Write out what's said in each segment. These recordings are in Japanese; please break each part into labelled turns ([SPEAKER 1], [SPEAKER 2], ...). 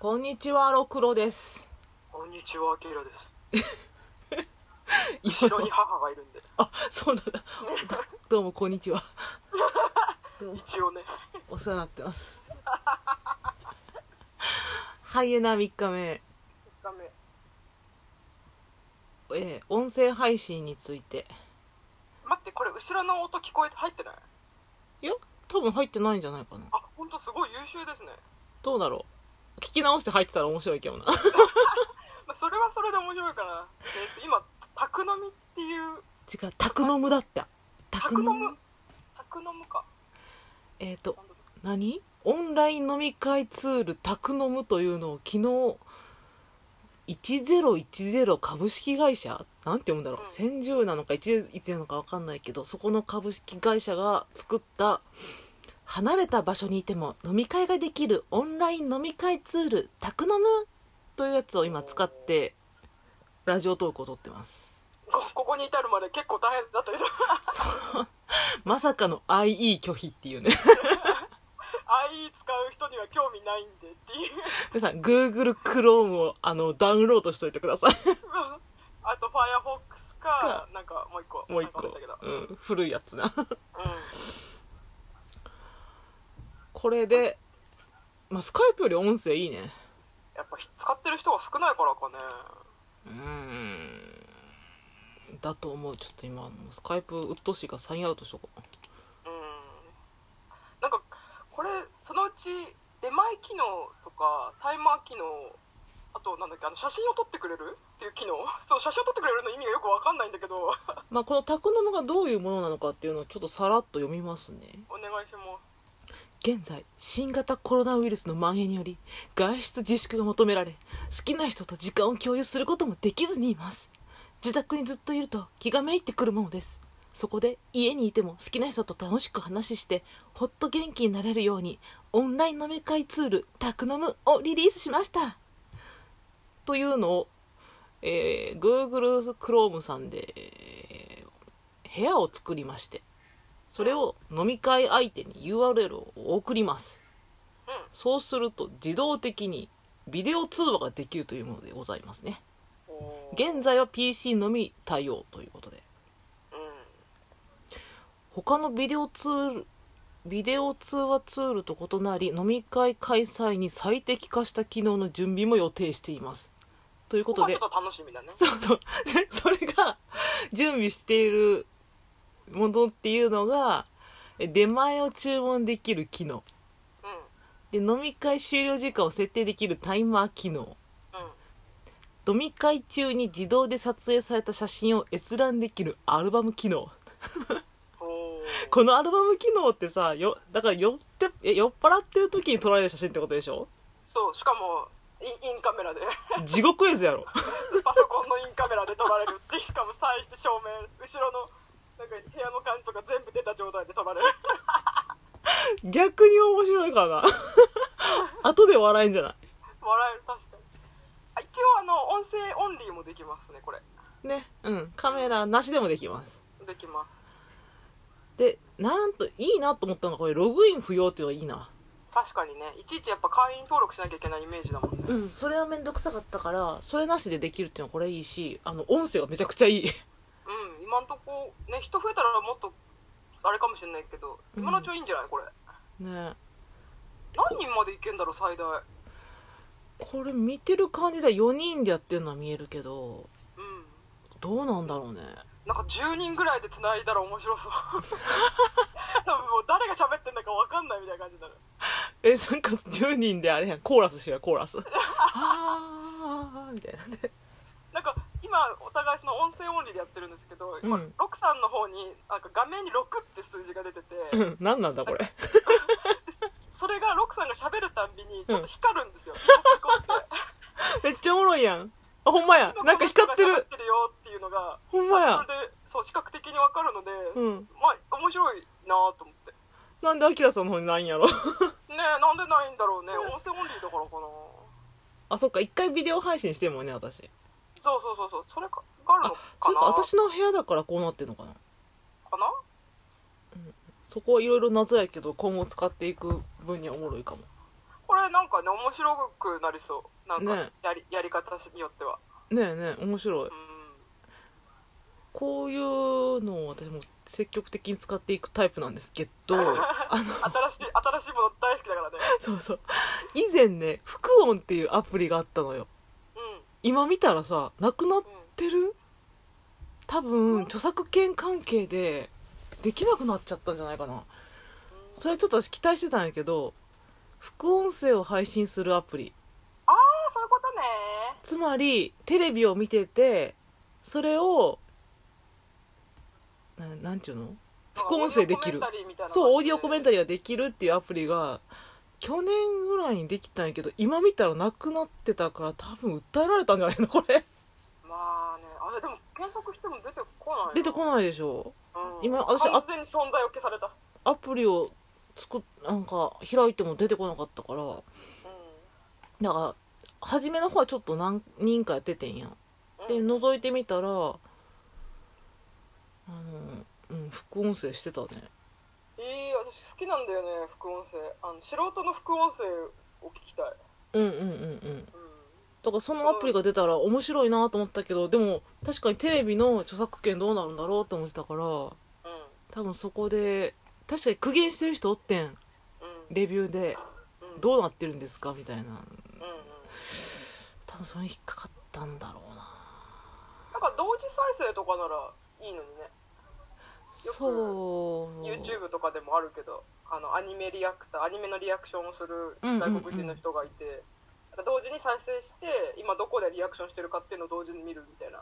[SPEAKER 1] こんにちは、ろくろです。
[SPEAKER 2] こんにちは、ケイラです。後ろに母がいるんで。
[SPEAKER 1] あ、そう なんだ。どうも、こんにちは。
[SPEAKER 2] 一応ね。
[SPEAKER 1] お世話になってます。ハイエナ3日目、
[SPEAKER 2] ダメ。
[SPEAKER 1] えー音声配信について。
[SPEAKER 2] 待って、これ後ろの音聞こえて入ってない
[SPEAKER 1] いや、多分入ってないんじゃないかな。
[SPEAKER 2] あ、ほんとすごい優秀ですね。
[SPEAKER 1] どうだろう。聞き直して入ってたら面白いけどな。
[SPEAKER 2] まあ、それはそれで面白いかな。えっ、と、今、宅飲みっていう、
[SPEAKER 1] 違う、宅飲むだった。
[SPEAKER 2] 宅飲む宅飲むか。
[SPEAKER 1] えっ、と、何オンライン飲み会ツール宅飲むというのを昨日1010株式会社なんて読むんだろう、
[SPEAKER 2] うん
[SPEAKER 1] 千住なのか11なのか分かんないけどそこの株式会社が作った離れた場所にいても飲み会ができるオンライン飲み会ツール宅飲むというやつを今使ってラジオトークを撮ってます
[SPEAKER 2] こここに至るまで結構大変だったけど、
[SPEAKER 1] まさかの IE 拒否っていうね
[SPEAKER 2] IE 使う人には興味ないんでっていう。
[SPEAKER 1] 皆さん Google Chrome をあのダウンロードしといてください
[SPEAKER 2] あと、Firefox か、なんかもう一個。
[SPEAKER 1] もう一
[SPEAKER 2] なんか
[SPEAKER 1] 個
[SPEAKER 2] 忘れたけど、
[SPEAKER 1] うん、古いやつな
[SPEAKER 2] う
[SPEAKER 1] これで、まあ、スカイプより音声いいね
[SPEAKER 2] ん。やっぱ使ってる人が少ないからかね。
[SPEAKER 1] うーんだと思うちょっと今もうスカイプうっとうしいからサインアウトしとこう
[SPEAKER 2] うんなんかこれそのうち出前機能とかタイマー機能あとなんだっけあの写真を撮ってくれるっていう機能 その写真を撮ってくれるの意味がよくわかんないんだけど
[SPEAKER 1] まあこのタクノムがどういうものなのかっていうのをちょっとさらっと読みますね
[SPEAKER 2] お願いします
[SPEAKER 1] 現在新型コロナウイルスの蔓延により外出自粛が求められ好きな人と時間を共有することもできずにいます自宅にずっといると気がめいってくるものですそこで家にいても好きな人と楽しく話してほっと元気になれるようにオンライン飲み会ツール「宅飲む」をリリースしましたというのを、えー Google Chrome さんで、えー部屋を作りましてそれを飲み会相手に URL を送ります、
[SPEAKER 2] うん
[SPEAKER 1] そうすると自動的にビデオ通話ができるというものでございますね
[SPEAKER 2] おー
[SPEAKER 1] 現在は PC のみ対応ということで
[SPEAKER 2] うん
[SPEAKER 1] 他のビデオツールビデオ通話ツールと異なり飲み会開催に最適化した機能の準備も予定していますというこ
[SPEAKER 2] ことこが
[SPEAKER 1] で
[SPEAKER 2] ちょっと楽しみだ ね
[SPEAKER 1] そうそう。でそれが、準備しているものっていうのが、え出前を注文できる機能。
[SPEAKER 2] うんうん
[SPEAKER 1] で、飲み会終了時間を設定できるタイマー機能。飲み会中に自動で撮影された写真を閲覧できるアルバム機能。
[SPEAKER 2] おー
[SPEAKER 1] このアルバム機能ってさ、よ、だから酔って、え酔っ払ってる時に撮られる写真ってことでしょ
[SPEAKER 2] そうしかもインインカメラで
[SPEAKER 1] 地獄絵図やろ。
[SPEAKER 2] パソコンのインカメラで撮られるってしかも最して照明後ろのなんか部屋の感じとか全部出た状態で撮られる
[SPEAKER 1] 逆に面白いかな。 後で笑えんじゃない
[SPEAKER 2] 笑える確かにあ一応あの音声オンリーもできますねこれ
[SPEAKER 1] ね、うん、カメラなしでもできます。
[SPEAKER 2] できます
[SPEAKER 1] で、なんと、いいなと思ったのが、これ、ログイン不要っていうのはいいな。
[SPEAKER 2] 確かにねいちいちやっぱ会員登録しなきゃいけないイメージだもんね
[SPEAKER 1] うん、それはめんどくさかったから、それなしでできるっていうのはこれいいし、あの、音声がめちゃくちゃいい。
[SPEAKER 2] うん今んとこね人増えたらもっとあれかもしれないけど
[SPEAKER 1] うん
[SPEAKER 2] 今のうちはいいんじゃないこれ
[SPEAKER 1] ね
[SPEAKER 2] 何人までいけんだろう最大
[SPEAKER 1] これ見てる感じでは4人でやってるのは見えるけど、
[SPEAKER 2] うん
[SPEAKER 1] どうなんだろうね。
[SPEAKER 2] なんか10人ぐらいで繋いだら面白 そう多分もう誰が喋ってんだか分かんないみたいな感じになる
[SPEAKER 1] え、なんか10人であれやん、コーラスしよう、コーラス。あー、みたいなね。
[SPEAKER 2] なんか今お互いその音声オンリーでやってるんですけど、
[SPEAKER 1] うん
[SPEAKER 2] 今ロクさんの方になんか画面に6って数字が出てて、
[SPEAKER 1] うん、何なんだこれ。
[SPEAKER 2] それがロクさんが喋るたんびにちょっと光る んですよ、こうやって
[SPEAKER 1] めっちゃおもろいやん。あ、ほんまや。なんか光って
[SPEAKER 2] 光っ
[SPEAKER 1] る。
[SPEAKER 2] てるよっていうのが
[SPEAKER 1] ほんまや
[SPEAKER 2] そ。れでそう視覚的にわかるので、
[SPEAKER 1] うん。
[SPEAKER 2] まあ面白いなと思って
[SPEAKER 1] なんでアキラさんの方にないんやろ。
[SPEAKER 2] ねえなんでないんだろうね音声オンリーだからかな
[SPEAKER 1] あ、そっか、一回ビデオ配信してるもんね、私。
[SPEAKER 2] そうそうそうそうそれかがあるのか
[SPEAKER 1] そういえ
[SPEAKER 2] な
[SPEAKER 1] ば私の部屋だからこうなってるのかな
[SPEAKER 2] かな
[SPEAKER 1] そこはいろいろ謎やけど今後使っていく分にはおもろいかも
[SPEAKER 2] これれなんかね面白くなりそうなんか
[SPEAKER 1] ね
[SPEAKER 2] やり,、やり方によっては
[SPEAKER 1] ねえねえ面白い
[SPEAKER 2] うん
[SPEAKER 1] こういうのを私も積極的に使っていくタイプなんですけどあの
[SPEAKER 2] 新しい 新しいもの大好きだからね
[SPEAKER 1] そうそう以前ね副音っていうアプリがあったのよ
[SPEAKER 2] う
[SPEAKER 1] 今見たらさなくなっ
[SPEAKER 2] んうん
[SPEAKER 1] てる多分著作権関係でできなくなっちゃったんじゃないかなそれちょっと私期待してたんやけど副音声を配信するアプリ
[SPEAKER 2] ああそういうことね
[SPEAKER 1] つまりテレビを見ててそれをななんていうの副音声できるそうオーディオコメン
[SPEAKER 2] タ
[SPEAKER 1] タリーができるっていうアプリが去年ぐらいにできたんやけど今見たらなくなってたから多分訴えられたんじゃないのこれ
[SPEAKER 2] リーまあねあれでも検索しても出てこないな
[SPEAKER 1] 出てこないでしょ
[SPEAKER 2] うん
[SPEAKER 1] 今私
[SPEAKER 2] 完全に存在を消された
[SPEAKER 1] アプリを作っなんか開いても出てこなかったから
[SPEAKER 2] う
[SPEAKER 1] だから初めの方はちょっと何人かやっててんやんで
[SPEAKER 2] んうん
[SPEAKER 1] 覗いてみたらあの、うん、副音声してたね
[SPEAKER 2] えー、私好きなんだよね副音声あの素人の副音声を聞きたい、
[SPEAKER 1] うんうんうんうん
[SPEAKER 2] う
[SPEAKER 1] だからそのアプリが出たら面白いなと思ったけどでも確かにテレビの著作権どうなるんだろうって思ってたから多
[SPEAKER 2] んうん
[SPEAKER 1] 分そこで確かに苦言してる人おってん
[SPEAKER 2] うん
[SPEAKER 1] レビューで
[SPEAKER 2] うん
[SPEAKER 1] どうなってるんですかみたいな
[SPEAKER 2] うんうん
[SPEAKER 1] 多分それに引っかかったんだろうな
[SPEAKER 2] なんか同時再生とかならいいのにね
[SPEAKER 1] そう
[SPEAKER 2] YouTube とかでもあるけどあのアニメリアクターアニメのリアクションをする
[SPEAKER 1] うんうんうん
[SPEAKER 2] 外国人の人がいて、なんか同時に再生して今どこでリアクションしてるかっていうのを同時に見るみたいな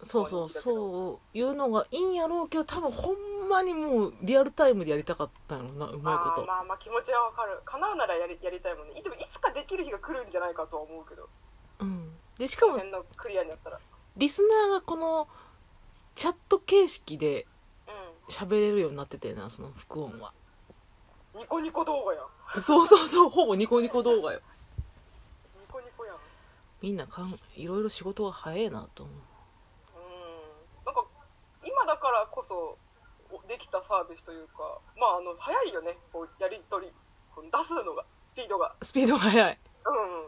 [SPEAKER 1] そうそうそういうのがいいんやろうけど多分ほんまにもうリアルタイムでやりたかったんやろなうまいこ
[SPEAKER 2] あー
[SPEAKER 1] と
[SPEAKER 2] まあまあ気持ちはわかる叶うならやりやりたいもんねいでもいつかできる日が来るんじゃないかとは思うけど
[SPEAKER 1] うんでしかも
[SPEAKER 2] 変なクリアになったら
[SPEAKER 1] リスナーがこのチャット形式で
[SPEAKER 2] う
[SPEAKER 1] 喋れるようになっててなその副音は
[SPEAKER 2] んニコニコ動画やん
[SPEAKER 1] そうそうそうほぼニコニコ動画よ
[SPEAKER 2] ニコニコやんうん
[SPEAKER 1] みんなかんいろいろ仕事が早えなと思う
[SPEAKER 2] なんか今だからこそおできたサービスというかまああの早いよねこうやり取りこの出すのがスピードが
[SPEAKER 1] スピードが早い
[SPEAKER 2] う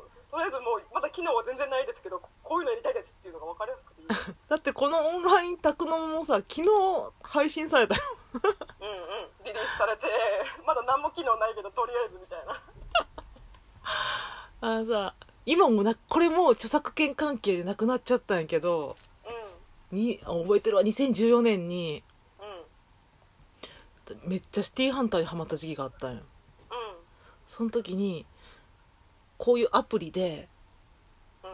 [SPEAKER 2] んとりあえずもうまだ機能は全然ないですけどここういうのやりたいですっていうのが分かりやすくていいう
[SPEAKER 1] だってこのオンライン宅のもさ昨日配信された よ
[SPEAKER 2] んうんリリースされてまだ何も機能ないけどとりあえずみたいな
[SPEAKER 1] あのさ今もなこれもう著作権関係でなくなっちゃったんやけど
[SPEAKER 2] う
[SPEAKER 1] にあ覚えてるわ2014年に
[SPEAKER 2] んうん
[SPEAKER 1] めっちゃシティーハンターにハマった時期があったんよ
[SPEAKER 2] う
[SPEAKER 1] その時にこういうアプリで
[SPEAKER 2] んうん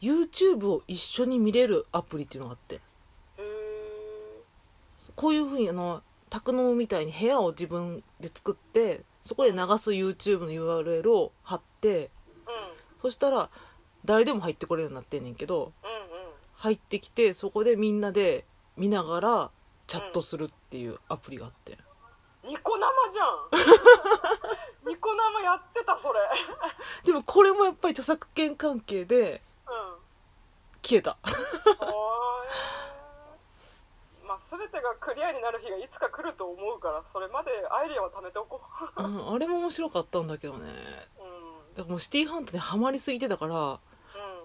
[SPEAKER 1] YouTube を一緒に見れるアプリっていうのがあって
[SPEAKER 2] へえ
[SPEAKER 1] こういうふうにあの宅飲みたいに部屋を自分で作ってそこで流す YouTube の URL を貼って
[SPEAKER 2] うん
[SPEAKER 1] そしたら誰でも入ってこれるようになってんねんけど
[SPEAKER 2] うんうん
[SPEAKER 1] 入ってきてそこでみんなで見ながらチャットするっていうアプリがあって、
[SPEAKER 2] ニコ生じゃんニコ生やってたそれ
[SPEAKER 1] でもこれもやっぱり著作権関係で
[SPEAKER 2] うん
[SPEAKER 1] 消えた
[SPEAKER 2] おーいまあ全てがクリアになる日がいつか来ると思うからそれまでアイディアを貯めておこ
[SPEAKER 1] うんあれも面白かったんだけどね
[SPEAKER 2] ううんうん
[SPEAKER 1] だからもうシティーハンターにハマりすぎてたから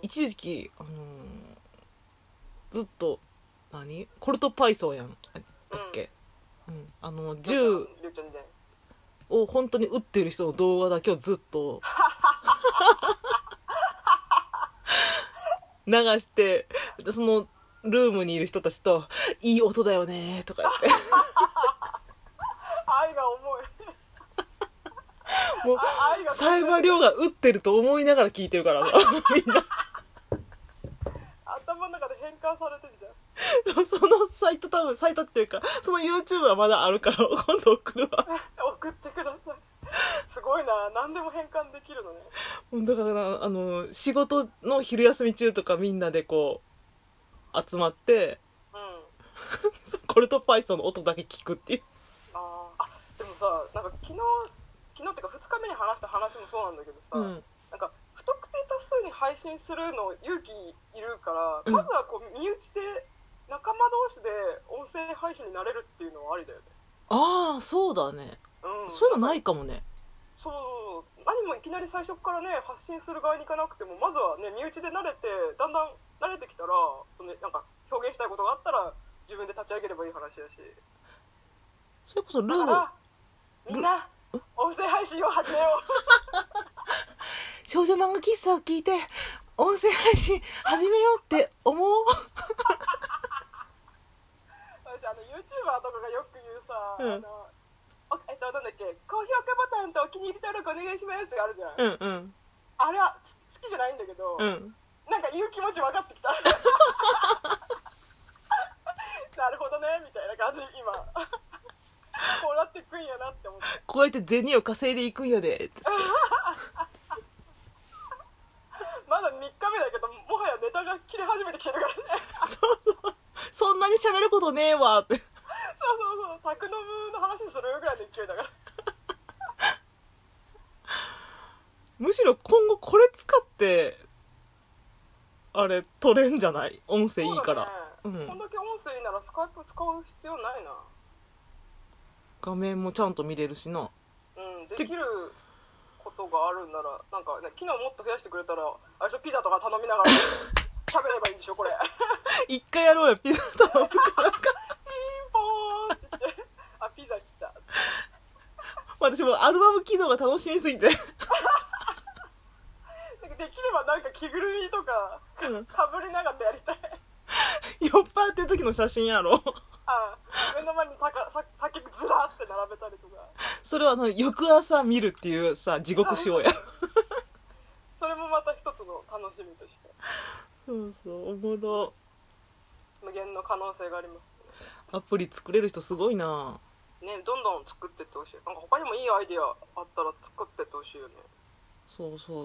[SPEAKER 1] 一時期、あのーずっと何コルトパイソーやんあだっけ、うんあの銃
[SPEAKER 2] りゅうちゃんね
[SPEAKER 1] を本当に撃ってる人の動画だけをずっと 流してそのルームにいる人たちと「いい音だよね」とか言って
[SPEAKER 2] 愛が重い
[SPEAKER 1] もう
[SPEAKER 2] あ愛が
[SPEAKER 1] 冴羽涼が撃ってると思いながら聞いてる からさみんな
[SPEAKER 2] 頭の中で変換されてんじゃん
[SPEAKER 1] そのサイト多分サイトっていうかその YouTube はまだあるから今度送る わ
[SPEAKER 2] 送ってくださいすごいな何でも変換できるのね
[SPEAKER 1] だからなあの仕事の昼休み中とかみんなでこう集まって
[SPEAKER 2] うん
[SPEAKER 1] コルトパイソンの音だけ聞くっていう
[SPEAKER 2] あーあでもさなんか昨日昨日っていうか2日目に話した話もそうなんだけどさ、
[SPEAKER 1] うん
[SPEAKER 2] なんか不特定多数に配信するの勇気いるから、
[SPEAKER 1] うん
[SPEAKER 2] まずはこう身内で仲間同士で音声配信になれるっていうのはありだよね
[SPEAKER 1] ああそうだね
[SPEAKER 2] うん
[SPEAKER 1] そういうのないいかもね
[SPEAKER 2] そう何もいきなり最初からね発信する側に行かなくてもまずはね身内で慣れてだんだん慣れてきたらその、ね、なんか表現したいことがあったら自分で立ち上げればいい話だし
[SPEAKER 1] それこそル
[SPEAKER 2] だ
[SPEAKER 1] ール
[SPEAKER 2] からみんな音声配信を始めよう
[SPEAKER 1] 少女漫画喫茶を聞いて音声配信始めようって思う
[SPEAKER 2] 私あの YouTuber とかがよく言うさ、
[SPEAKER 1] うん
[SPEAKER 2] あのおえっとなんだっけ高評価ボタンとお気に入り登録お願いしますってあるじゃん、
[SPEAKER 1] うんうん
[SPEAKER 2] あれはつ好きじゃないんだけど、
[SPEAKER 1] うん
[SPEAKER 2] なんか言う気持ち分かって きたなるほどねみたいな感じ今こうなってくんやなって思って
[SPEAKER 1] こうやって銭を稼いでいくんやでって
[SPEAKER 2] まだ3日目だけどもはやネタが切れ始めてきてるからね
[SPEAKER 1] そうそうそんなに喋ることねえわって
[SPEAKER 2] そうそうそう宅飲むの話するぐらいの勢いだから
[SPEAKER 1] むしろ今後これ使ってあれ取れんじゃない音声いいから
[SPEAKER 2] そうだね
[SPEAKER 1] うん
[SPEAKER 2] こんだけ音声いいならスカイプ使う必要ないな
[SPEAKER 1] 画面もちゃんと見れるしな
[SPEAKER 2] うんできることがあるんならなんか、ね、機能もっと増やしてくれたらあれでしょピザとか頼みながら喋ればいいんでしょこれ
[SPEAKER 1] 一回やろうよピザ頼むから
[SPEAKER 2] ピンポーンって言ってあピザ来た
[SPEAKER 1] 私もうアルバム機能が楽しみすぎて
[SPEAKER 2] なんかできればなんか着ぐるみとか
[SPEAKER 1] うん
[SPEAKER 2] かぶりながらやりたい
[SPEAKER 1] 酔っ払ってる時の写真やろ
[SPEAKER 2] あ目の前にさかさ酒ずらって並べたりとか
[SPEAKER 1] それはあの翌朝見るっていうさ地獄仕様や
[SPEAKER 2] それもまた一つの楽しみとして
[SPEAKER 1] そうそうおもろ
[SPEAKER 2] 無限の可能性があります
[SPEAKER 1] アプリ作れる人すごいな
[SPEAKER 2] ねどんどん作ってってほしいなんか他にもいいアイディアあったら作ってってほしいよね
[SPEAKER 1] そうそう